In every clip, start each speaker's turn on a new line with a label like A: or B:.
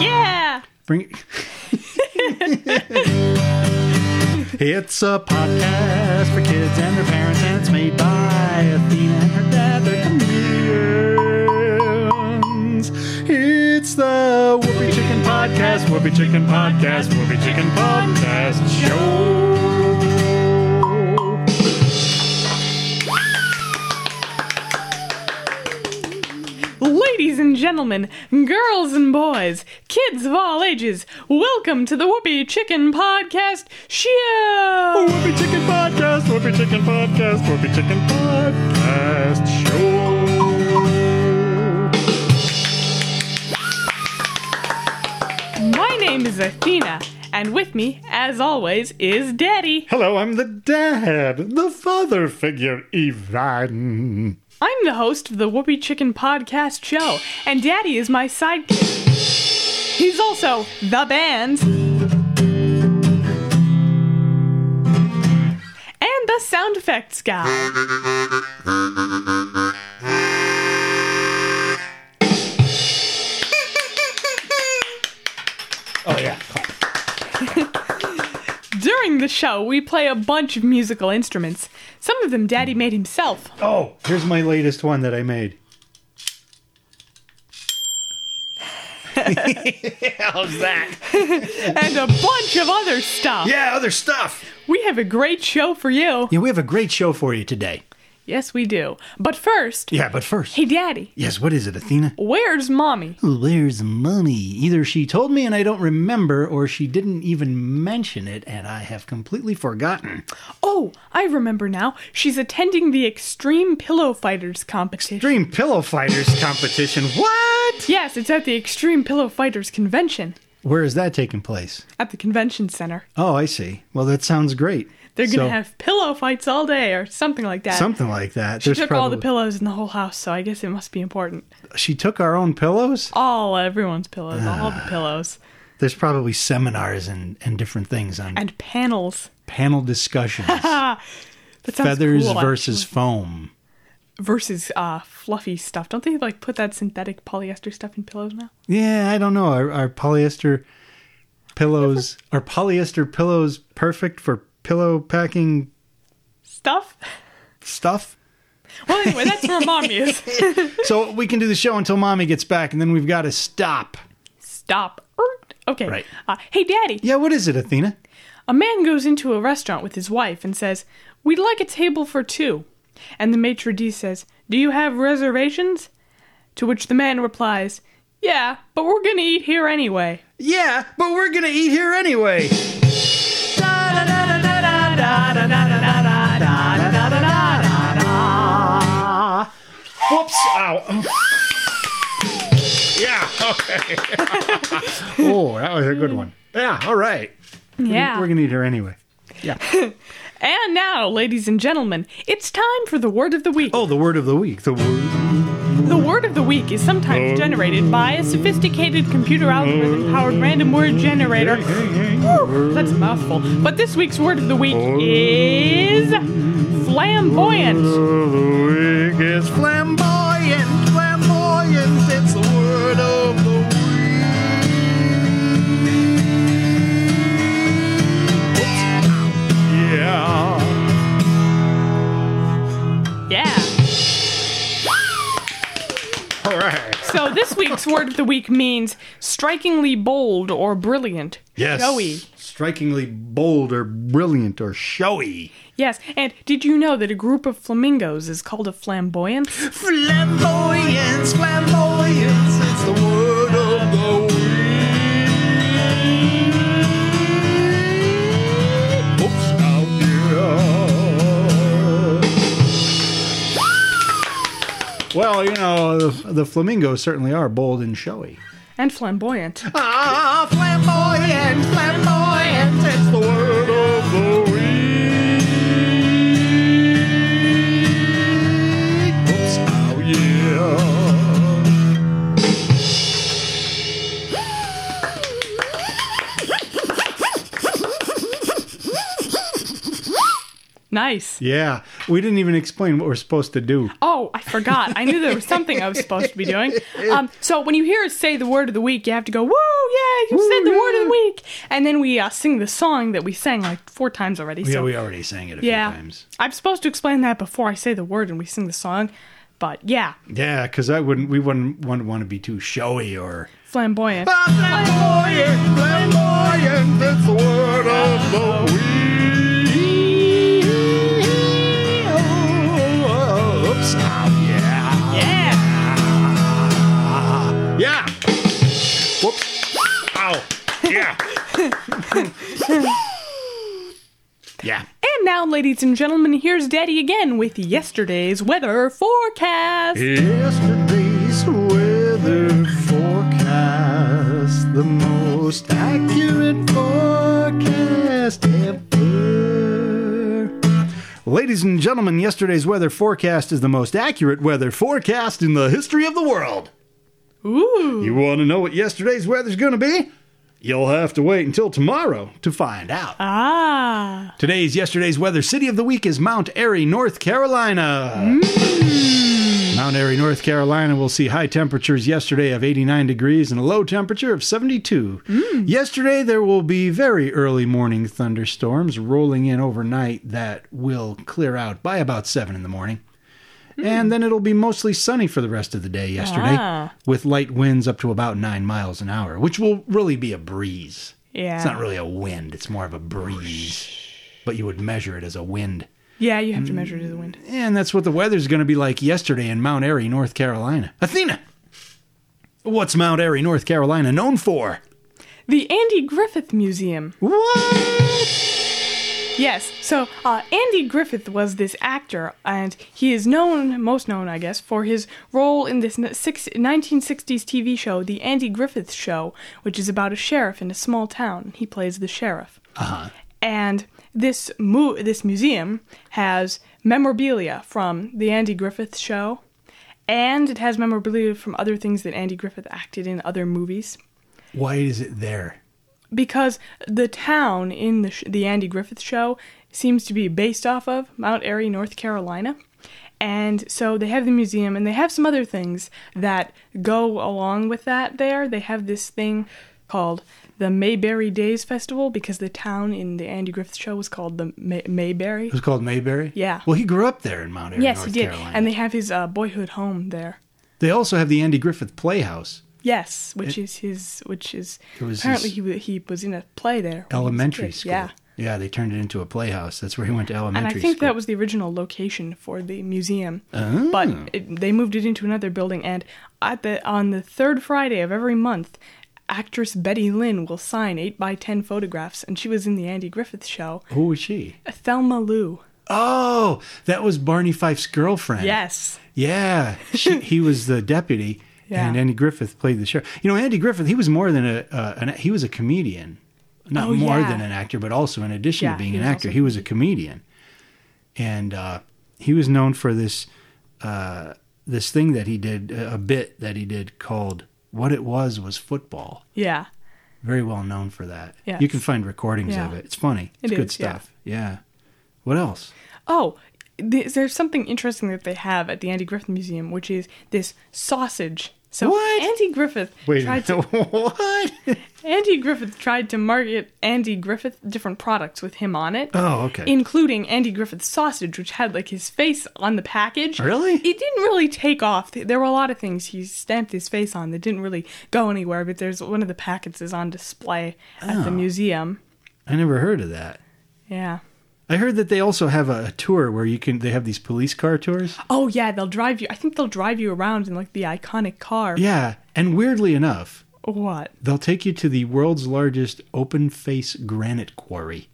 A: Yeah.
B: Bring It's a podcast for kids and their parents, and it's made by Athena and her dad. They're comedians. It's the Whoopi Chicken Podcast, Whoopi Chicken Podcast, Whoopi Chicken Podcast Show.
A: Ladies and gentlemen, girls and boys, kids of all ages, welcome to the Whoopi Chicken Podcast Show.
B: Whoopi Chicken Podcast, Whoopi Chicken Podcast, Whoopi Chicken Podcast Show.
A: My name is Athena, and with me, as always, is Daddy.
B: Hello, I'm the dad, the father figure, Ivan.
A: I'm the host of the Whoopi Chicken Podcast Show, and Daddy is my sidekick. He's also the band's and the sound effects guy.
B: Oh yeah.
A: During the show, we play a bunch of musical instruments. Some of them Daddy made himself.
B: Oh, here's my latest one that I made. How's that?
A: And a bunch of other stuff.
B: Yeah, other stuff.
A: We have a great show for you.
B: Yeah, we have a great show for you today.
A: Yes, we do. But first,
B: Yeah, but first.
A: hey, Daddy,
B: Yes, what is it, Athena?
A: where's Mommy?
B: Where's money? Either she told me and I don't remember, or she didn't even mention it and I have completely forgotten.
A: Oh, I remember now. She's attending the Extreme Pillow Fighters competition.
B: Dream Pillow Fighters competition. What?
A: Yes, it's at the Extreme Pillow Fighters convention
B: Where is that taking place?
A: at the convention center.
B: Oh, I see. Well, that sounds great.
A: They're going to
B: So,
A: have pillow fights all day or something like that.
B: something like that.
A: she took all the pillows in the whole house, so I guess it must be important.
B: she took our own pillows.
A: all everyone's pillows, all the pillows,
B: There's probably seminars and, and different things on
A: and panels.
B: panel discussions.
A: That sounds
B: Feathers
A: cool,
B: versus foam.
A: actually. versus uh, fluffy stuff. Don't they like put that synthetic polyester stuff in pillows now?
B: Yeah, I don't know. Are, are polyester pillows are polyester pillows perfect for pillow packing
A: Stuff.
B: stuff?
A: Well, anyway, that's where mom is.
B: So we can do the show until mommy gets back, and then we've got to stop.
A: Stop. Er, Okay.
B: Right.
A: Uh, hey, Daddy.
B: Yeah, what is it, Athena?
A: A man goes into a restaurant with his wife and says, "We'd like a table for two. And the maitre d says, "Do you have reservations?" To which the man replies, "Yeah, but we're gonna eat here anyway."
B: Yeah, but we're gonna eat here anyway. Whoops! Ow! yeah. Okay. oh, that was a good one. Yeah. All right.
A: Yeah.
B: We're gonna eat her anyway. Yeah.
A: And now, ladies and gentlemen, it's time for the word of the week.
B: Oh, the word of the week. The word.
A: The word of the week is sometimes generated by a sophisticated computer algorithm powered random word generator. Whew, That's a mouthful. But this week's word of the week is flamboyant.
B: The week is flamboyant. Flamboyant. It's the word of the week. Yeah.
A: Yeah.
B: All right.
A: So this week's word of the week means strikingly bold or brilliant.
B: Yes.
A: Showy.
B: Strikingly bold or brilliant or showy.
A: Yes. And did you know that a group of flamingos is called a flamboyance?
B: Flamboyance, flamboyance, it's the word of the week. Oops, oh yeah. Well, you know, the, the flamingos certainly are bold and showy.
A: And flamboyant.
B: Ah, flamboyant, flamboyant, it's the word of the week. Oops, oh yeah.
A: Nice.
B: Yeah, we didn't even explain what we're supposed to do.
A: Oh, I forgot. I knew there was something I was supposed to be doing. Um, so when you hear us say the word of the week, you have to go, "Woo, yeah, you
B: Woo,
A: said the word of
B: yeah."
A: the week!" And then we uh, sing the song that we sang like four times already.
B: Yeah,
A: so
B: we already sang it a
A: yeah,
B: few times.
A: I'm supposed to explain that before I say the word and we sing the song. But yeah,
B: Yeah, because I wouldn't. We wouldn't want, want to be too showy or.
A: flamboyant.
B: Flamboyant, flamboyant, that's the word of the week. Oh, oops. Oh, yeah.
A: Yeah.
B: Yeah. Whoops. Ow. Yeah. yeah.
A: And now, ladies and gentlemen, here's Daddy again with yesterday's weather forecast.
B: Yesterday's weather forecast, the most accurate forecast ever. Ladies and gentlemen, yesterday's weather forecast is the most accurate weather forecast in the history of the world.
A: Ooh.
B: You want to know what yesterday's weather's going to be? You'll have to wait until tomorrow to find out.
A: Ah.
B: Today's yesterday's weather city of the week is Mount Airy, North Carolina. Mount Airy, North Carolina will see high temperatures yesterday of 89 degrees and a low temperature of 72.
A: Mm.
B: Yesterday, there will be very early morning thunderstorms rolling in overnight that will clear out by about 7 in the morning.
A: Mm.
B: And then it'll be mostly sunny for the rest of the day yesterday,
A: Ah.
B: with light winds up to about 9 miles an hour, which will really be a breeze.
A: Yeah.
B: It's not really a wind, it's more of a breeze. But you would measure it as a wind.
A: Yeah, you have to measure to the wind.
B: And that's what the weather's going to be like yesterday in Mount Airy, North Carolina. Athena! What's Mount Airy, North Carolina known for?
A: The Andy Griffith Museum.
B: What?
A: Yes. So uh, Andy Griffith was this actor, and he is known, most known, I guess, for his role in this n- six, 1960s TV show, The Andy Griffith Show, which is about a sheriff in a small town. He plays the sheriff.
B: Uh-huh.
A: And this mu- this museum has memorabilia from The Andy Griffith Show, and it has memorabilia from other things that Andy Griffith acted in other movies
B: Why is it there?
A: because the town in the sh- the Andy Griffith show seems to be based off of Mount Airy, North Carolina. And so they have the museum and they have some other things that go along with that there. They have this thing called the Mayberry Days Festival because the town in the Andy Griffith show was called the May- Mayberry.
B: It was called Mayberry?
A: Yeah.
B: Well, he grew up there in Mount Airy,
A: Yes,
B: North
A: he did.
B: Carolina.
A: And they have his uh, boyhood home there.
B: they also have the Andy Griffith Playhouse.
A: Yes, which is his, which is
B: It was
A: apparently
B: his-
A: he, wa- he was in a play there. when he was a
B: Elementary
A: kid.
B: school.
A: Yeah.
B: Yeah, they turned it into a playhouse. That's where he went to
A: and
B: elementary
A: I think
B: school.
A: that was the original location for the museum.
B: Oh.
A: But it, they moved it into another building, and at the on the third Friday of every month, actress Betty Lynn will sign eight by ten photographs, and she was in the Andy Griffith Show.
B: Who was she?
A: Thelma Lou.
B: Oh, that was Barney Fife's girlfriend.
A: Yes.
B: Yeah, she, he was the deputy,
A: Yeah.
B: and Andy Griffith played the sheriff. You know, Andy Griffith, he was more than a uh, an, he was a comedian, not
A: Oh,
B: more
A: yeah.
B: than an actor, but also in addition
A: Yeah,
B: to being
A: he
B: an
A: was
B: actor,
A: also-
B: he was a comedian, and uh, he was known for this uh, this thing that he did a a bit that he did called "What It Was Was Football."
A: Yeah.
B: Very well known for that.
A: Yes.
B: You can find recordings of
A: Yeah.
B: it. It's funny. It's
A: It
B: good
A: is, yeah.
B: stuff. yeah. What else?
A: Oh, th- there's something interesting that they have at the Andy Griffith Museum, which is this sausage. So
B: What?
A: Andy Griffith tried to
B: what?
A: Andy Griffith tried to market Andy Griffith different products with him on it.
B: Oh, okay.
A: Including Andy Griffith sausage, which had like his face on the package.
B: Really?
A: It didn't really take off. Th- There were a lot of things he stamped his face on that didn't really go anywhere. But there's one of the packets is on display at
B: Oh.
A: the museum.
B: I never heard of that.
A: Yeah.
B: I heard that they also have a, a tour where you can. They have these police car tours.
A: Oh yeah, they'll drive you. I think they'll drive you around in like the iconic car.
B: Yeah, and weirdly enough,
A: What?
B: they'll take you to the world's largest open face granite quarry.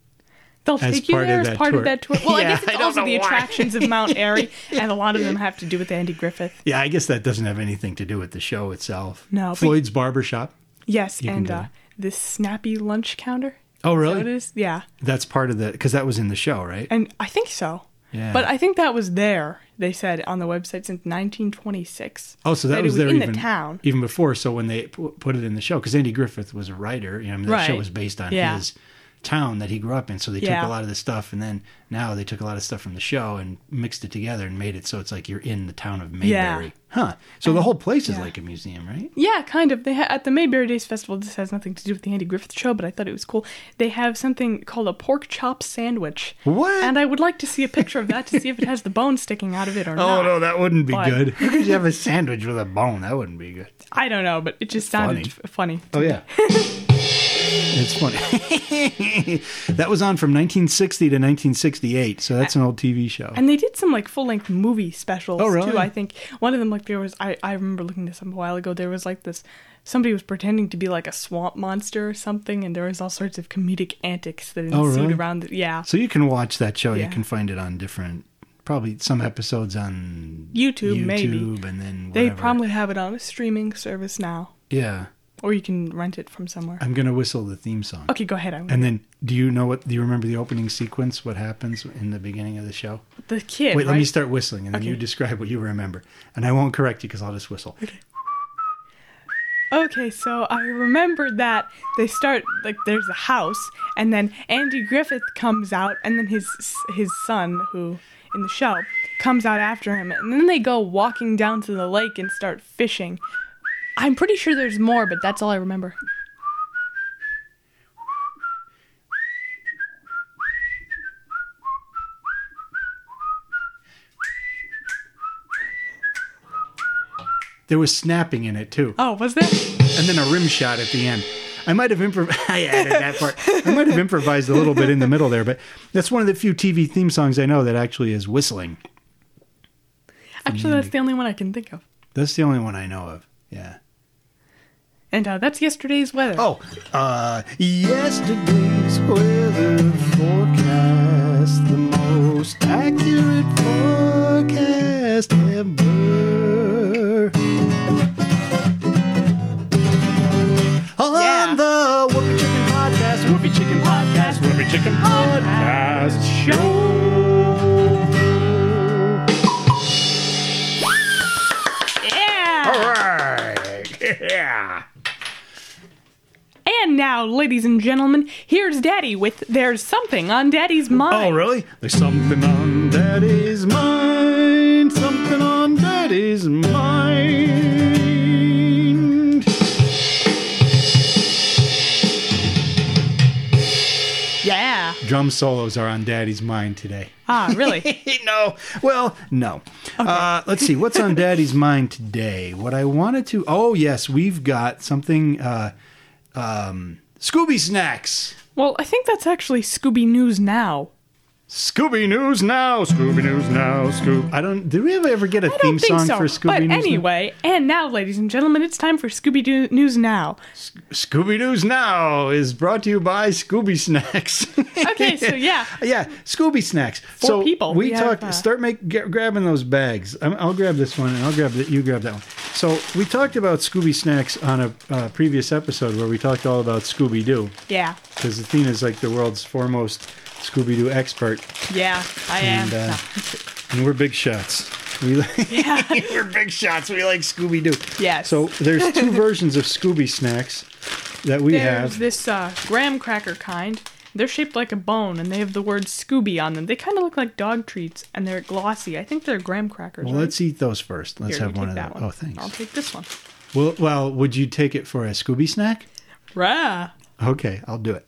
A: They'll
B: As
A: take you
B: part of
A: there
B: that
A: as part
B: tour.
A: of that tour. Well, I
B: Yeah,
A: guess
B: I
A: it's
B: don't
A: also
B: know
A: the
B: why.
A: attractions of Mount Airy, and a lot of them have to do with Andy Griffith.
B: Yeah, I guess that doesn't have anything to do with the show itself.
A: No, but-
B: Floyd's Barber Shop.
A: Yes,
B: can
A: and
B: do it.
A: uh, this snappy lunch counter.
B: Oh,
A: So it
B: really?
A: is, yeah,
B: That's part of the because that was in the show, right?
A: and I think so.
B: Yeah.
A: But I think that was there. They said on the website since 1926.
B: Oh, so that,
A: it
B: was, there
A: in
B: even
A: the town.
B: even before. So when they pu- put it in the show, because Andy Griffith was a writer, you know, I mean, the show
A: Right.
B: was based on
A: Yeah.
B: his town that he grew up in. So they
A: Yeah.
B: took a lot of the stuff, and then now they took a lot of stuff from the show and mixed it together and made it so it's like you're in the town of Mayberry. Huh. So the whole place is like a museum, right?
A: Yeah, kind of. They ha- at the Mayberry Days Festival. This has nothing to do with the Andy Griffith Show, but I thought it was cool. They have something called a pork chop sandwich.
B: What?
A: And I would like to see a picture of that to see if it has the bone sticking out of it or not.
B: Oh no, that wouldn't be
A: But-
B: good. How could you have a sandwich with a bone? That wouldn't be good.
A: I don't know, but it just sounded f- funny.
B: Funny. Oh yeah. it's funny. that was on from 1960 to 1968, so that's an old TV show.
A: And they did some like full length movie specials
B: Oh, really?
A: too. I think one of them like there was I I remember looking this up a while ago. There was like this somebody was pretending to be like a swamp monster or something, and there was all sorts of comedic antics that ensued
B: Oh, really?
A: around. The, yeah,
B: so you can watch that show. You
A: Yeah.
B: can find it on different, probably some episodes on
A: YouTube,
B: YouTube,
A: maybe
B: and then
A: they
B: whatever.
A: probably have it on a streaming service now,
B: yeah.
A: or you can rent it from somewhere.
B: I'm gonna whistle the theme song.
A: Okay, go ahead. I
B: And then, do you know what? Do you remember the opening sequence? What happens in the beginning of the show?
A: the kid.
B: Wait,
A: right?
B: let me start whistling, and then you
A: Okay.
B: describe what you remember, and I won't correct you because I'll just whistle.
A: Okay, so I remembered that they start like there's a house, and then Andy Griffith comes out, and then his his son, who in the show, comes out after him, and then they go walking down to the lake and start fishing. I'm pretty sure there's more, but that's all I remember.
B: There was snapping in it too.
A: Oh, was there?
B: and then a rim shot at the end. I might have improv. I added that part. I might have improvised a little bit in the middle there, but that's one of the few TV theme songs I know that actually is whistling.
A: Actually, that's the only one I can think of.
B: That's the only one I know of. Yeah.
A: And uh, that's yesterday's weather.
B: Oh, uh, yesterday's weather forecast, the most accurate forecast ever. On
A: Yeah.
B: the Whoopi Chicken Podcast, Whoopi Chicken Podcast, Whoopi Chicken Podcast Show.
A: yeah.
B: All right. Yeah.
A: And now, ladies and gentlemen, here's Daddy with "There's Something on Daddy's Mind."
B: Oh, really? There's something on daddy's mind. Something on daddy's mind.
A: Yeah.
B: Drum solos are on daddy's mind today.
A: Ah, really?
B: no. Well, no. Uh, let's see. What's on daddy's mind today? What I wanted to. Oh, yes. We've got something. Uh, um, Scooby Snacks.
A: Well, I think that's actually Scooby News now.
B: Scooby News now. Scooby News now. Scoob. I don't. Did we ever get a
A: I
B: theme
A: don't think
B: song
A: so.
B: for Scooby
A: but
B: News? now?
A: anyway, and now, ladies and gentlemen, it's time for Scooby Doo News now.
B: Scooby Doo's Now is brought to you by Scooby Snacks.
A: Okay, so yeah,
B: yeah, Scooby Snacks. so
A: people,
B: We,
A: we have,
B: talked.
A: uh,
B: Start make get, grabbing those bags. I'm, I'll grab this one, and I'll grab that. You grab that one. So we talked about Scooby Snacks on a uh, previous episode where we talked all about Scooby Doo
A: yeah,
B: because Athena's like the world's foremost Scooby Doo expert,
A: yeah, I am.
B: and uh, and we're big shots. We
A: yeah,
B: we're big shots. We like Scooby Doo.
A: yes.
B: So there's two versions of Scooby Snacks that we
A: there's
B: have.
A: this uh, graham cracker kind. They're shaped like a bone, and they have the word Scooby on them. They kind of look like dog treats, and they're glossy. I think they're graham crackers.
B: Well,
A: right?
B: let's eat those first. Let's
A: Here, you
B: have one
A: take
B: of
A: that
B: that.
A: one.
B: Oh,
A: I'll
B: thanks.
A: take this one.
B: Well, well, would you take it for a Scooby snack?
A: Rah.
B: Okay, I'll do it.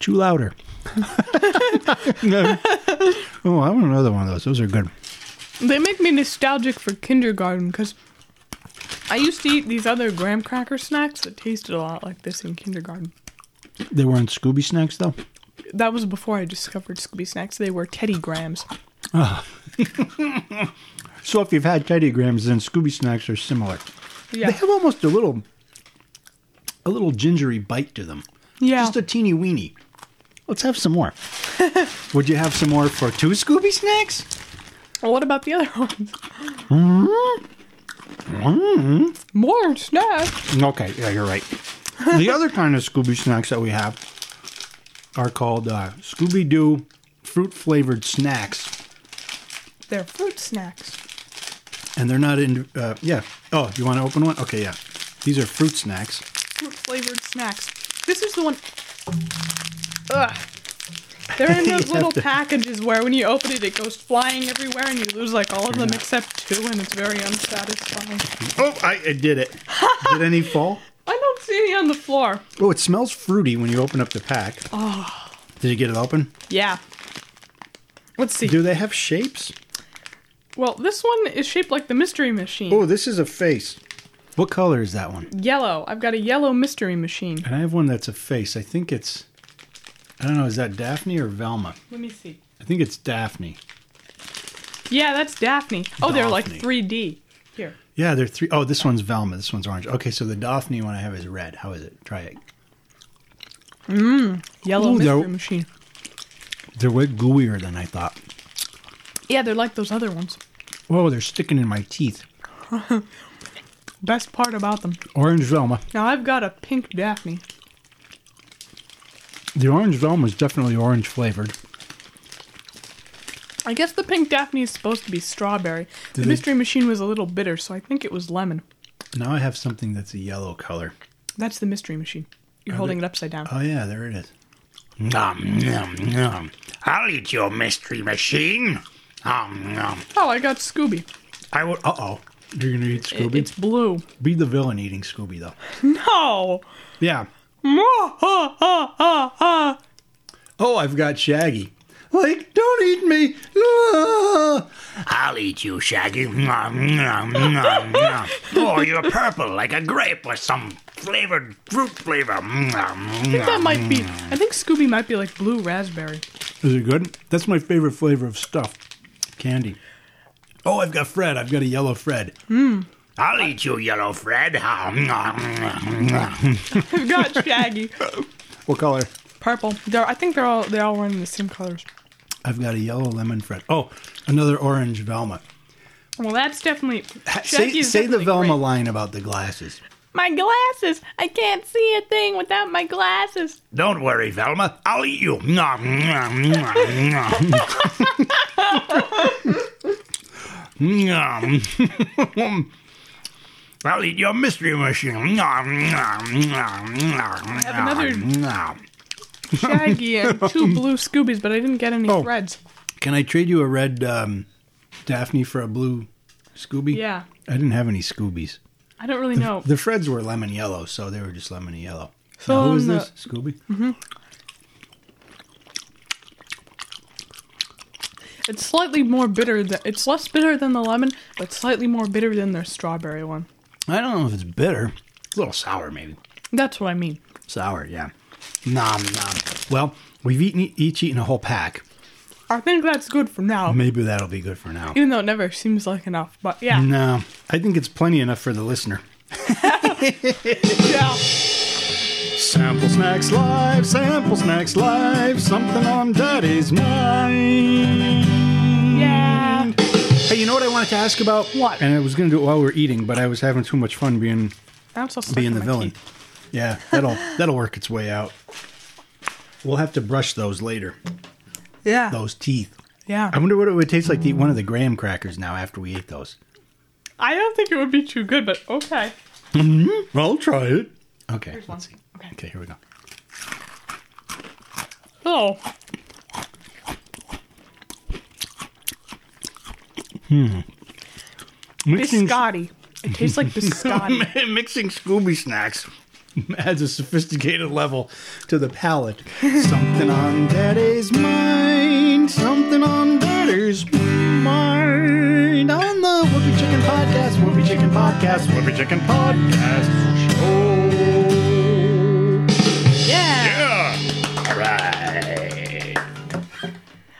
B: Chew louder. No. Oh, I want another one of those. Those are good.
A: They make me nostalgic for kindergarten because I used to eat these other graham cracker snacks that tasted a lot like this in kindergarten.
B: They weren't Scooby snacks though.
A: That was before I discovered Scooby Snacks. They were Teddy Grahams.
B: So if you've had Teddy Grahams, then Scooby snacks are similar.
A: Yeah.
B: They have almost a little, a little gingery bite to them.
A: Yeah.
B: Just a teeny weeny. Let's have some more. Would you have some more for two Scooby snacks?
A: Well, what about the other ones? More snacks.
B: Okay, yeah, you're right. the other kind of Scooby snacks that we have are called uh, Scooby Doo fruit flavored snacks,
A: They're fruit snacks.
B: and they're not in. Uh, yeah. Oh, you want to open one? Okay, yeah. These are fruit snacks.
A: Fruit flavored snacks. This is the one. Ugh. They're in those
B: You
A: little
B: have to-
A: packages where when you open it, it goes flying everywhere and you lose like all of them except two, and it's very unsatisfying.
B: Oh, I, I did it. did any fall?
A: I don't see any on the floor.
B: Oh, it smells fruity when you open up the pack. Oh. Did you get it open?
A: Yeah. Let's see.
B: Do they have shapes?
A: Well, this one is shaped like the mystery machine.
B: Oh, this is a face. What color is that one?
A: Yellow. I've got a yellow mystery machine.
B: And I have one that's a face. I think it's. I don't know. Is that Daphne or Velma?
A: Let me see.
B: I think it's Daphne.
A: Yeah, that's Daphne. Oh, they're like
B: Daphne.
A: 3D. Here.
B: Yeah, they're three oh this one's Velma. This one's orange. Okay, so the Daphne one I have is red. How is it? Try it.
A: Yellow
B: Ooh, they're-
A: mystery machine.
B: They're way gooier than I thought.
A: Yeah, they're like those other ones.
B: Whoa, they're sticking in my teeth.
A: Best part about them.
B: Orange Velma.
A: Now I've got a pink Daphne.
B: The orange Velma is definitely orange flavored.
A: I guess the pink Daphne is supposed to be strawberry. the
B: they-
A: mystery machine was a little bitter, so I think it was lemon.
B: Now I have something that's a yellow color.
A: That's the mystery machine. You're holding it upside down.
B: Oh yeah, there it is.
C: Nom, nom, nom. I'll eat your mystery machine. Nom, nom.
A: oh, I got Scooby.
B: I would uh oh. You're gonna eat
A: I-
B: Scooby?
A: It's blue.
B: Be the villain eating Scooby though.
A: No!
B: Yeah.
A: Ah, ah, ah, ah, ah.
B: Oh, I've got Shaggy. Like, don't eat me. Ah.
C: I'll eat you, Shaggy. Nom, nom, nom, nom. Oh, you're purple like a grape or some flavored fruit flavor. Nom,
A: I think that
C: nom.
A: might be. I think Scooby might be like blue raspberry.
B: Is it good? That's my favorite flavor of stuff. Candy. Oh, I've got Fred. I've got a yellow Fred.
A: Hmm.
C: I'll eat you, yellow Fred. Nom, nom, nom, nom.
A: I've got Shaggy.
B: What color?
A: Purple. They're, I think they're all they all run in the same colors.
B: I've got a yellow lemon Fred. Oh, another orange Velma.
A: Well, that's definitely.
B: say
A: Shaggy is
B: say the
A: definitely
B: Velma
A: great.
B: line about the glasses.
A: My glasses. I can't see a thing without my glasses.
C: Don't worry, Velma. I'll eat you. Nom, nom, nom, nom. Nom. I'll eat your mystery machine. Nom, nom, nom, nom,
A: have another-
C: nom.
A: Shaggy and two blue Scoobies, but I didn't get any
B: Oh.
A: threads.
B: Can I trade you a red um, Daphne for a blue Scooby?
A: Yeah.
B: I didn't have any Scoobies.
A: I don't really know.
B: The Freds were lemon yellow, so they were just lemon yellow.
A: So
B: now, who
A: on
B: is
A: the- Mm-hmm.
B: this? Scooby?
A: It's slightly more bitter. Than, it's less bitter than the lemon, but slightly more bitter than their strawberry one.
B: I don't know if it's bitter. A little sour, maybe.
A: That's what I mean.
B: Sour, yeah. Nom nom. Well, we've eaten each eaten a whole pack.
A: I think that's good for now,
B: Maybe that'll be good for now.
A: even though it never seems like enough. But yeah.
B: No, I think it's plenty enough for the listener.
A: Yeah.
B: Sample snacks live, sample snacks live, something on Daddy's mind.
A: Yeah.
B: Hey, you know what I wanted to ask about?
A: What?
B: And I was going to do it while we were eating, but I was having too much fun being
A: I'm so stuck
B: being
A: in
B: the
A: my
B: villain.
A: teeth.
B: Yeah, that'll that'll work its way out. We'll have to brush those later.
A: Yeah.
B: Those teeth.
A: Yeah.
B: I wonder what it would taste like to eat one of the graham crackers now after we ate those.
A: I don't think it would be too good, but okay.
B: I'll try it. Okay.
A: Here's one.
B: let's see.
A: Okay.
B: Okay, here we go.
A: Oh.
B: Mixing,
A: Biscotti. It tastes like biscotti.
B: mixing Scooby snacks adds a sophisticated level to the palate. something on daddy's mind. Something on daddy's mind. On the Whoopi Chicken Podcast, Whoopi Chicken Podcast, Whoopi Chicken Podcast show.
A: yeah.
C: All right.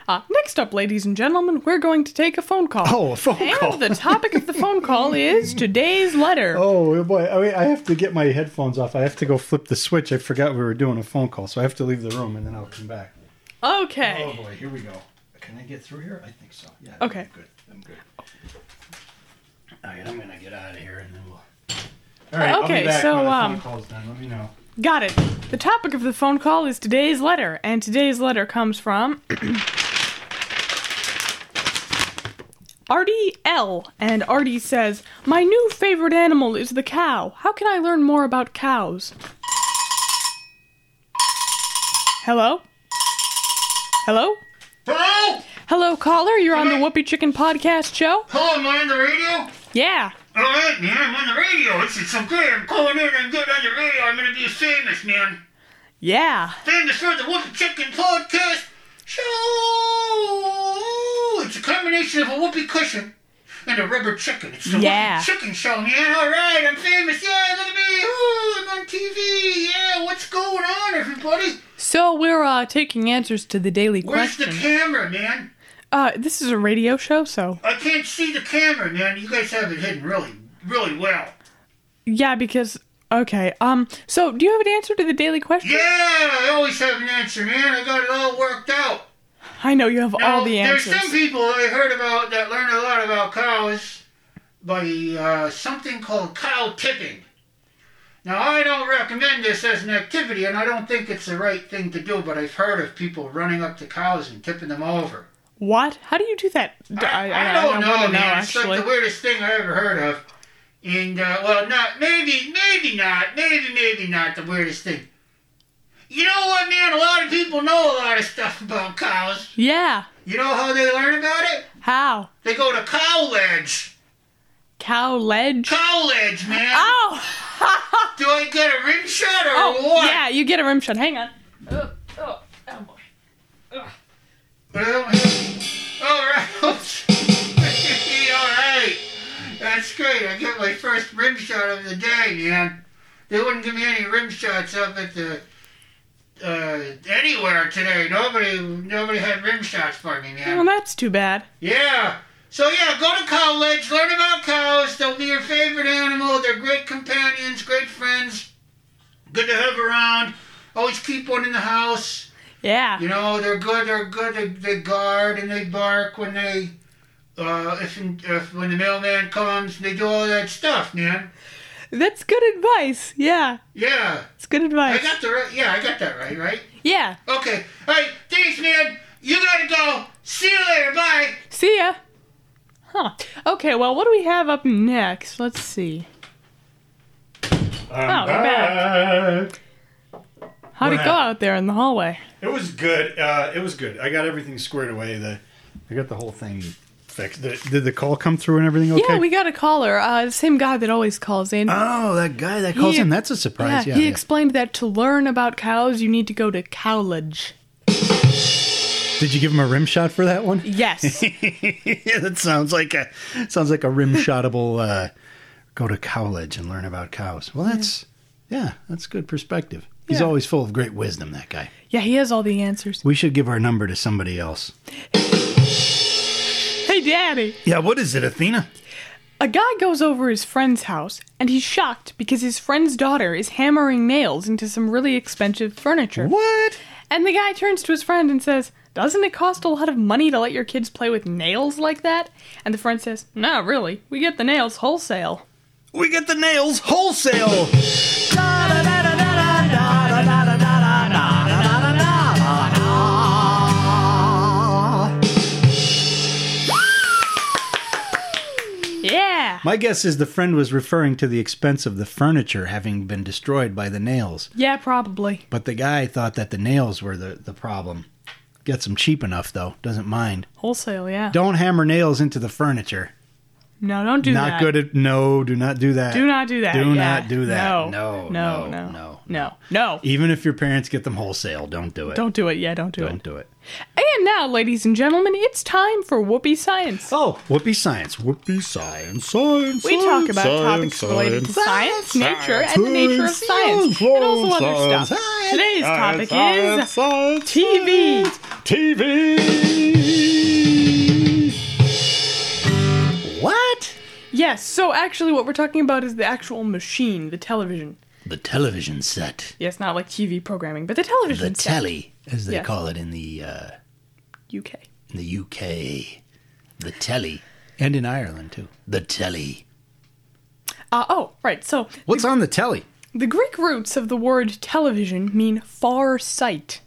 A: Uh, next up, ladies and gentlemen, we're going to take a phone call.
B: Oh, a phone
A: and
B: call.
A: the topic of the phone call is today's letter.
B: Oh boy! I, mean, I have to get my headphones off. I have to go flip the switch. I forgot we were doing a phone call, so I have to leave the room and then I'll come back.
A: Okay.
B: Oh boy! Here we go. Can I get through here? I think so. Yeah.
A: Okay.
B: I'm good. I'm good. All right, I'm gonna get out of here and then we'll. All right. I'll
A: Okay,
B: be back
A: so,
B: when the
A: um,
B: phone call's done. Let me know.
A: Got it. The topic of the phone call is today's letter, and today's letter comes from Artie L. And Artie says, My new favorite animal is the cow. How can I learn more about cows? Hello? Hello?
B: Hello?
A: Hello, caller. You're on the Whoopi Chicken Podcast show?
B: Hello, am I on the radio?
A: Yeah.
B: Alright, man, I'm on the radio. This is so good. I'm calling in and good on the radio. I'm gonna be famous, man.
A: Yeah.
B: Famous for the Whoopee Chicken Podcast Show! It's a combination of a whoopee cushion and a rubber chicken. It's the
A: Yeah.
B: Whoopee Chicken Show, man. Alright, I'm famous. Yeah, look at me. Ooh, I'm on TV. Yeah, what's going on, everybody?
A: So we're uh, taking answers to the daily
B: Where's the
A: question.
B: camera, man?
A: Uh, this is a radio show, so.
B: I can't see the camera, man. You guys have it hidden really, really well.
A: Yeah, because. Okay. Um. So, do you have an answer to the daily question?
B: Yeah, I always have an answer, man. I got it all worked out.
A: I know you have all
B: Now,
A: the answers.
B: There's some people I heard about that learn a lot about cows by uh, something called cow tipping. Now, I don't recommend this as an activity, and I don't think it's the right thing to do, but I've heard of people running up to cows and tipping them over.
A: What? How do you do that? D-
B: I,
A: I- I
B: don't
A: wanna
B: know, man. It's
A: actually.
B: like the weirdest thing I ever heard of. And uh, well, not maybe, maybe not, maybe maybe not the weirdest thing. You know what, man? A lot of people know a lot of stuff about cows.
A: Yeah.
B: You know how they learn about it?
A: How?
B: They go to college.
A: Cow ledge?
B: College, man.
A: Oh!
B: Do I get a rim shot or
A: Oh,
B: what?
A: yeah, you get a rim shot. Hang on. Oh, oh, oh boy.
B: But I don't have- All right. All right. That's great. I got my first rim shot of the day, man. They wouldn't give me any rim shots up at the uh, anywhere today. Nobody, nobody had rim shots for me,
A: Well,
B: man.
A: that's too bad.
B: Yeah. So yeah, go to college, learn about cows. They'll be your favorite animal. They're great companions, great friends. Good to have around. Always keep one in the house.
A: Yeah.
B: You know, they're good. They're good. They, they guard and they bark when they, uh, if, if when the mailman comes, they do all that stuff, man.
A: That's good advice. Yeah.
B: Yeah,
A: It's good
B: I
A: advice.
B: got the right. Yeah, I got that right, right?
A: yeah.
B: Okay. All right. Thanks, man. You gotta go. See you later. Bye.
A: See ya. Huh. Okay, well, what do we have up next? Let's see. oh, we're back. How'd it
C: What
A: go
C: happened?
A: out there in the hallway?
C: It was good. Uh, it was good. I got everything squared away. The I got the whole thing fixed. The, did the call come through and everything okay?
A: Yeah, we got a caller. Uh, the same guy that always calls in.
C: Oh, that guy that calls
A: He-
C: in. That's a surprise. Yeah.
A: he
C: yeah.
A: explained that to learn about cows, you need to go to college.
C: Did you give him a rim shot for that one?
A: Yes.
C: yeah, that sounds like a sounds like a rim shotable. Uh, go to college and learn about cows. Well, that's yeah, that's good perspective. He's
A: Yeah.
C: always full of great wisdom. That guy.
A: yeah, he has all the answers.
C: We should give our number to somebody else.
A: Hey, Daddy.
C: Yeah. What is it, Athena?
A: A guy goes over his friend's house and he's shocked because his friend's daughter is hammering nails into some really expensive furniture.
C: What?
A: And the guy turns to his friend and says, Doesn't it cost a lot of money to let your kids play with nails like that? And the friend says, No, really. We get the nails wholesale.
C: We get the nails wholesale.
A: Yeah.
C: My guess is the friend was referring to the expense of the furniture having been destroyed by the nails,
A: Yeah, probably.
C: but the guy thought that the nails were the, the problem. Gets them cheap enough, though. Doesn't mind.
A: Wholesale, yeah.
C: Don't hammer nails into the furniture.
A: no, don't do
C: not
A: that.
C: good at. No, do not do that.
A: Do not do that. yeah.
C: Do not do that.
A: No.
C: No,
A: No.
C: no,
A: No.
C: no.
A: No. No.
C: Even if your parents get them wholesale, don't do it.
A: Don't do it. Yeah, don't do
C: Don't
A: it.
C: do it.
A: And now, ladies and gentlemen, it's time for Whoopi Science.
C: Oh, whoopee science. Whoopee science. Science.
A: We talk about
C: science,
A: topics related to science, nature, and the nature of science, and also other
C: science,
A: stuff.
C: science,
A: Today's topic is
C: science,
A: TV.
C: TV. What?
A: Yes, so actually, what we're talking about is the actual machine, the television.
C: The television set.
A: Yes, not like TV programming, but the television.
C: The
A: set.
C: telly, as they
A: Yes.
C: call it in the uh,
A: UK.
C: in the UK. The telly. And in Ireland too. The telly.
A: Uh, oh, right. So
C: What's on the telly?
A: the Greek roots of the word television mean far sight,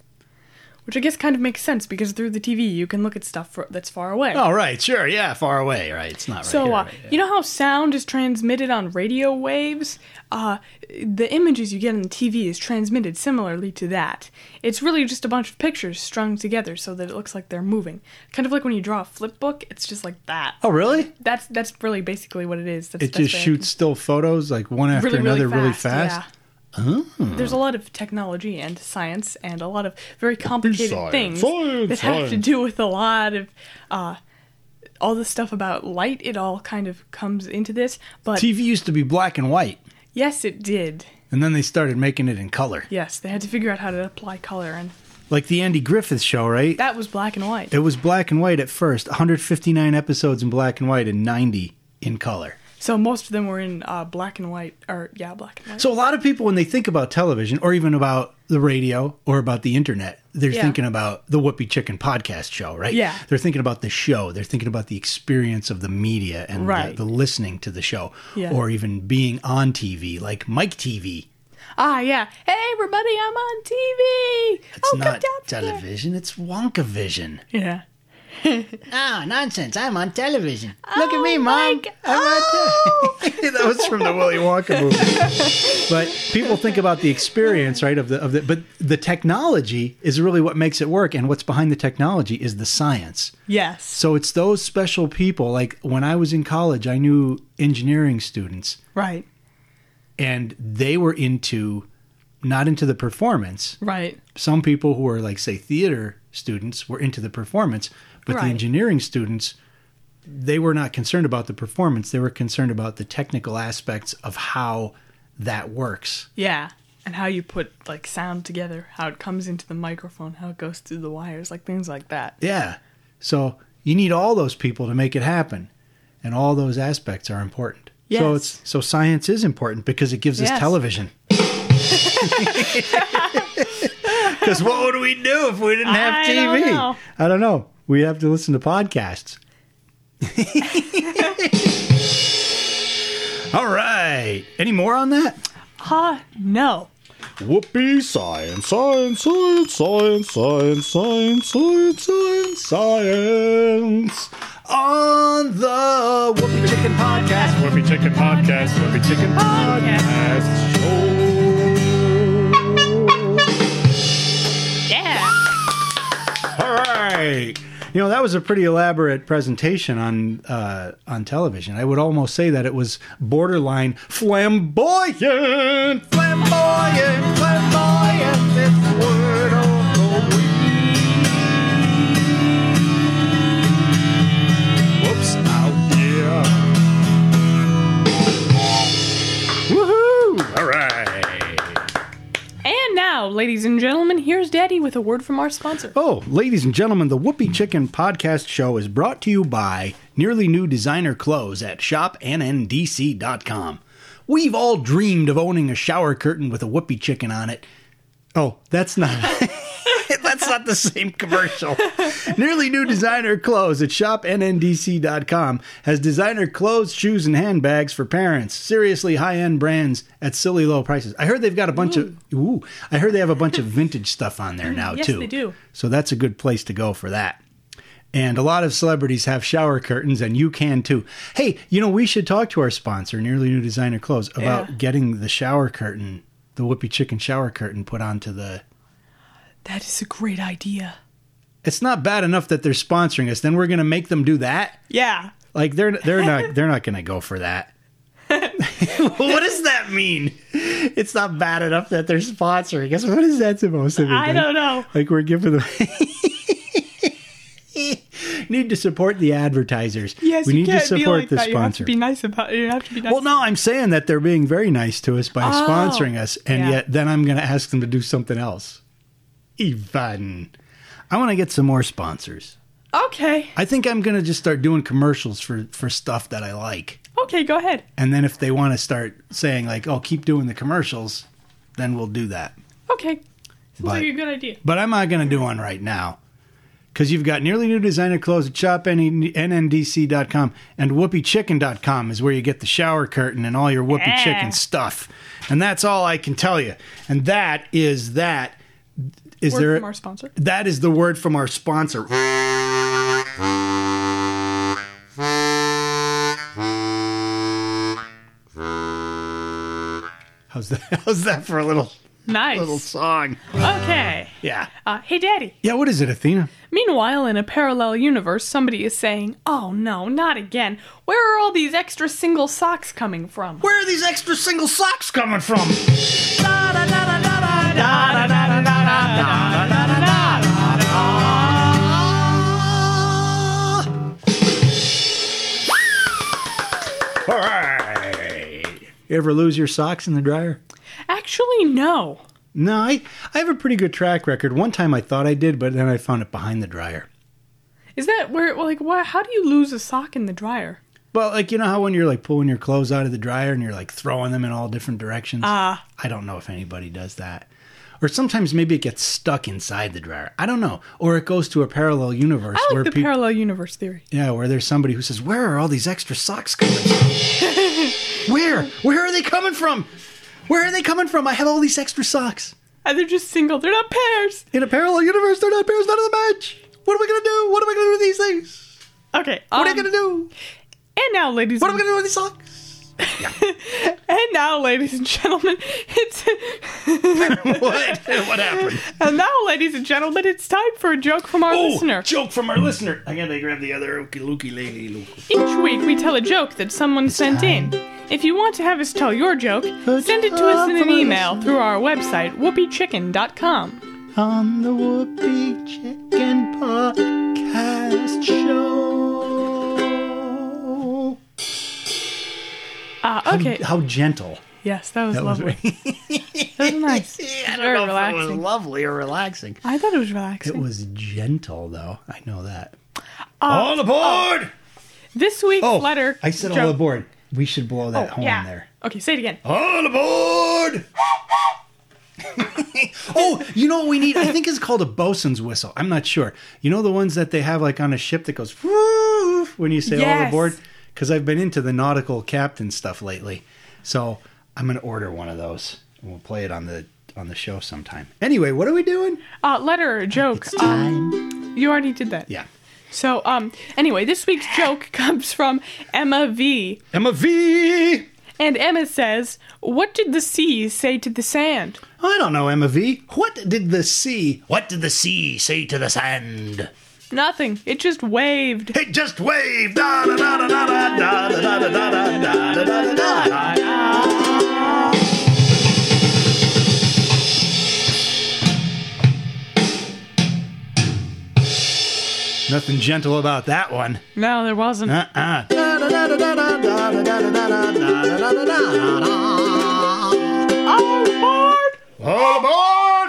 A: which I guess kind of makes sense because through the TV you can look at stuff for, that's far away.
C: Oh, right, sure, yeah, far away, right. It's not right
A: So,
C: here,
A: uh,
C: right, yeah.
A: you know how sound is transmitted on radio waves? Uh, the images you get on the TV is transmitted similarly to that. It's really just a bunch of pictures strung together so that it looks like they're moving. Kind of like when you draw a flip book, it's just like that.
C: Oh, really?
A: That's that's really basically what it is. That's
C: It
A: the best
C: just
A: way I
C: shoots still photos like one
A: can-
C: after another really fast. Oh.
A: yeah. There's a lot of technology and science and a lot of very complicated
C: science,
A: things
C: science,
A: that have to
C: science.
A: do with a lot of uh, all the stuff about light. It all kind of comes into this, but
C: TV used to be black and white,
A: yes, it did.
C: and then they started making it in color.
A: Yes, they had to figure out how to apply color, and
C: Like the Andy Griffith show, right?
A: that was black and white.
C: It was black and white at first, 159 episodes in black and white and 90 in color.
A: So most of them were in uh, black and white, or yeah, black and white.
C: So a lot of people when they think about television or even about the radio or about the internet, they're
A: Yeah.
C: thinking about the Whoopi Chicken podcast show, right?
A: Yeah.
C: They're thinking about the show. They're thinking about the experience of the media and the-
A: Right.
C: the, listening to the show
A: Yeah.
C: or even being on TV like Mike TV.
A: ah, yeah. Hey, everybody, I'm on TV.
C: It's
A: oh,
C: not
A: come down here.
C: television, it's Wonkavision.
A: Yeah.
C: Ah, nonsense. I'm on television. Look
A: at me, Mom.
C: I'm on television. that was from the Willy Wonka movie. but people think about the experience, right? Of the of the but the technology is really what makes it work and what's behind the technology is the science.
A: Yes.
C: So it's those special people like when I was in college, I knew engineering students
A: right.
C: and they were into not into the performance.
A: Right.
C: Some people who were like say theater students were into the performance, but
A: Right.
C: the engineering students they were not concerned about the performance. They were concerned about the technical aspects of how that works.
A: Yeah. And how you put like sound together, how it comes into the microphone, how it goes through the wires, like things like that.
C: Yeah. So you need all those people to make it happen. And all those aspects are important. So
A: Yes.
C: it's so science is important because it gives
A: Yes.
C: us television. Because what would we do if we didn't have
A: I don't
C: TV?
A: know.
C: I don't know. We have to listen to podcasts. all right. Any more on that?
A: Ha! No.
D: Whoopee science, science, science, science, science, science, science, science, science.
C: On the Whoopi Chicken Podcast.
D: Whoopee chicken podcast, whoopee chicken podcast. show.
A: Yeah.
C: All right. You know that was a pretty elaborate presentation on uh, on television. I would almost say that it was borderline flamboyant, flamboyant, flamboyant. This word of the week. Whoops! Ow.
D: Yeah.
C: Woohoo!
D: All right.
A: And now, ladies and gentlemen, here's Daddy with a word from our sponsor.
C: Oh, ladies and gentlemen, the Whoopee Chicken Podcast Show is brought to you by nearly new designer clothes at shopnndc.com. We've all dreamed of owning a shower curtain with a Whoopee Chicken on it. Oh, that's not. That's not the same commercial. Nearly new designer clothes at shopnndc.com has designer clothes, shoes, and handbags for parents. Seriously high end brands at silly low prices. I heard they've got a bunch of. Ooh, I heard they have a bunch of vintage stuff on there now
A: Mm, Yes,
C: too.
A: they do.
C: So that's a good place to go for that. And a lot of celebrities have shower curtains, and you can too. Hey, you know we should talk to our sponsor, Nearly New Designer Clothes, about
A: Yeah.
C: getting the shower curtain, the Whoopee Chicken shower curtain, put onto the
A: That is a great idea.
C: it's not bad enough that they're sponsoring us. Then we're gonna make them do that.
A: Yeah.
C: Like they're they're not they're not gonna go for that. what does that mean? It's not bad enough that they're sponsoring us. What is that supposed to mean?
A: I don't know.
C: Like we're giving them. need to support the advertisers.
A: Yes,
C: we
A: you
C: need
A: can't
C: to support
A: be like
C: the
A: that. You have
C: sponsor.
A: to be nice about. You have to be nice.
C: Well, no, I'm saying that they're being very nice to us by sponsoring us, and
A: Oh, yeah.
C: yet then I'm going to ask them to do something else. Even. I want to get some more sponsors.
A: okay.
C: I think I'm going to just start doing commercials for, for stuff that I like.
A: Okay. Go ahead.
C: And then if they want to start saying, like, oh, keep doing the commercials, then we'll do that.
A: Okay. Sounds
C: But-
A: like a good idea.
C: But I'm not going to do one right now. Because you've got nearly new designer clothes at E, shopnndc.com and whoopiechicken.com is where you get the shower curtain and all your whoopee
A: Yeah.
C: chicken stuff. And that's all I can tell you. And that is that. Is
A: Word
C: there
A: from our sponsor.
C: That is the word from our sponsor. How's that? How's that for a little
A: Nice.
C: little song?
A: Okay.
C: Yeah.
A: Uh, hey, Daddy.
C: Yeah. What is it, Athena?
A: Meanwhile, in a parallel universe, somebody is saying, Oh no, not again. Where are all these extra single socks coming from?
C: Where are these extra single socks coming from?
B: Hooray!
C: You ever lose your socks in the dryer?
A: Actually, no.
C: No, I, I have a pretty good track record. One time I thought I did, but then I found it behind the dryer.
A: Is that where, like, why, how do you lose a sock in the dryer?
C: Well, like you know how when you're like pulling your clothes out of the dryer and you're like throwing them in all different directions. Ah. I don't know if anybody does that. Or sometimes maybe it gets stuck inside the dryer. I don't know. Or it goes to a parallel universe
A: I like
C: where
A: the
C: peop-
A: parallel universe theory.
C: yeah, where there's somebody who says, "Where are all these extra socks coming from? Where? Where are they coming from? Where are they coming from? I have all these extra socks."
A: Uh, they're just single, they're not pairs.
C: In a parallel universe, they're not pairs, none of the match. What am I gonna do? What am I gonna do with these things?
A: Okay. Um,
C: What am I gonna do?
A: And now, ladies.
C: What am I gonna do with these socks?
A: And now, ladies and gentlemen, it's.
C: What? what happened?
A: and now, ladies and gentlemen, it's time for a joke from our
B: Oh,
C: Oh,
A: listener.
C: joke from our listener.
B: I gotta grab the other okey looky lady. Luke.
A: Each week, we tell a joke that someone sent in. If you want to have us tell your joke, send it to us in an email through our website, whoopeechicken.com.
C: on the Whoopi Chicken Podcast Show.
A: Uh, okay.
C: How gentle.
A: Yes, that was
C: Oh, That was
A: lovely. that was nice. It was very relaxing.
C: lovely or relaxing.
A: I thought it was
C: It
A: relaxing.
C: was gentle, though. I know that.
B: All aboard!
A: Ah,
B: Oh.
A: this week's Oh, letter.
C: Oh, I said all
A: joke- Oh,
C: aboard. We should blow that home
A: yeah.
C: there.
A: Okay, say it again.
B: All aboard!
C: Oh, you know what we need? I think it's called a bosun's whistle. I'm not sure. You know the ones that they have like on a ship that goes "Whoo" when you say all
A: Yes.
C: aboard? Because I've been into the nautical captain stuff lately. So I'm gonna order one of those and we'll play it on the on the show sometime. Anyway, what are we doing?
A: Uh, letter or joke. Um, you already did that.
C: Yeah.
A: So, um, anyway, this week's joke comes from Emma V.
C: Emma V.
A: And Emma says, What did the sea say to the sand?
C: I don't know, Emma V. What did the sea
B: What did the sea say to the sand?
A: Nothing. It just waved.
B: It just waved! Da da da da da da da da da da da da da da da da da.
C: nothing gentle about that one.
A: No, there wasn't.
C: Uh-uh.
A: Oh, Lord!
B: All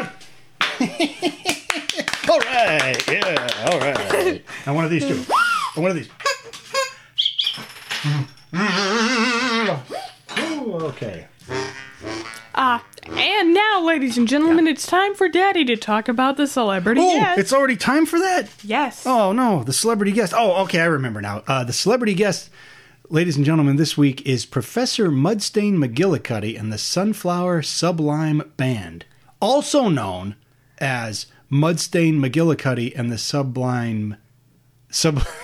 B: aboard!
C: All right.
B: Yeah, all right.
C: And one of these two. And one of these. Ooh, okay.
A: Ah, and now, ladies and gentlemen, it's time for Daddy to talk about the celebrity
C: Oh,
A: guest.
C: it's already time for that?
A: yes.
C: Oh, no. The celebrity guest. Oh, okay. I remember now. Uh, the celebrity guest, ladies and gentlemen, this week is Professor Mudstain McGillicuddy and the Sunflower Sublime Band, also known as Mudstain McGillicuddy and the Sublime. Sub.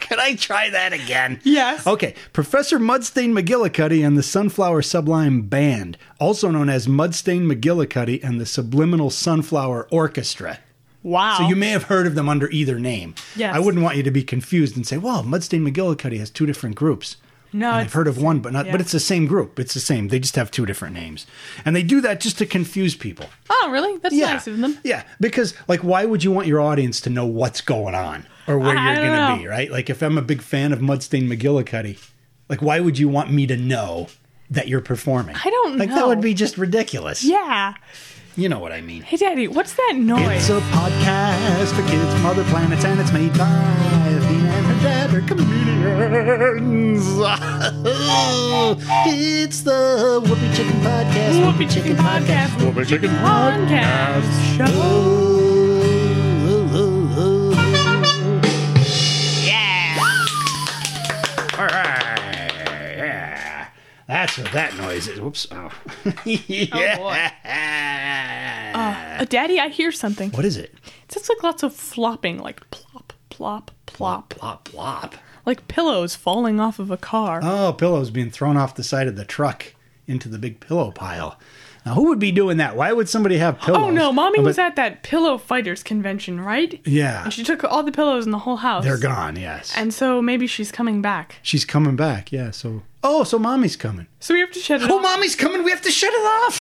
B: Can I try that again?
A: Yes.
C: Okay, Professor Mudstain McGillicuddy and the Sunflower Sublime Band, also known as Mudstain McGillicuddy and the Subliminal Sunflower Orchestra.
A: Wow.
C: So you may have heard of them under either name.
A: Oh. Yes.
C: I wouldn't want you to be confused and say, "Well, Mudstain McGillicuddy has two different groups."
A: no,
C: And
A: it's-
C: I've heard of one, but not.
A: yeah.
C: But it's the same group. It's the same. They just have two different names, and they do that just to confuse people.
A: Oh, really? That's nice of them.
C: Yeah, because like, why would you want your audience to know what's going on or where
A: I- I
C: you're
A: don't
C: going to
A: know.
C: be, right? Like, if I'm a big fan of Mudstain McGillicuddy, like, why would you want me to know that you're performing?
A: I don't
C: like,
A: know.
C: that would be just ridiculous.
A: Yeah.
C: You know what I mean.
A: Hey, Daddy, what's that noise?
C: It's a podcast for kids from other planets, and it's made by Athena and her dad are comedians. it's the Whoopi Chicken Podcast.
A: Whoopee Chicken Podcast.
B: Whoopi chicken.
A: Podcast show.
B: All right. Yeah.
A: Oh,
C: That's what that noise is. Whoops. Oh.
A: boy.
B: yeah.
A: Uh, Daddy, I hear something.
C: What is it?
A: It sounds like lots of flopping, like plop, plop, plop,
C: Plop, plop.
A: like pillows falling off of a car.
C: Oh, pillows being thrown off the side of the truck into the big pillow pile. Now, who would be doing that? Why would somebody have pillows?
A: oh no, mommy
C: But-
A: was at that pillow fighters convention, right?
C: Yeah.
A: And she took all the pillows in the whole house.
C: They're gone, yes.
A: And so maybe she's coming back.
C: She's coming back, yeah. So, oh, so mommy's coming.
A: So we have to shut it
C: Oh,
A: off.
C: mommy's coming. We have to shut it off.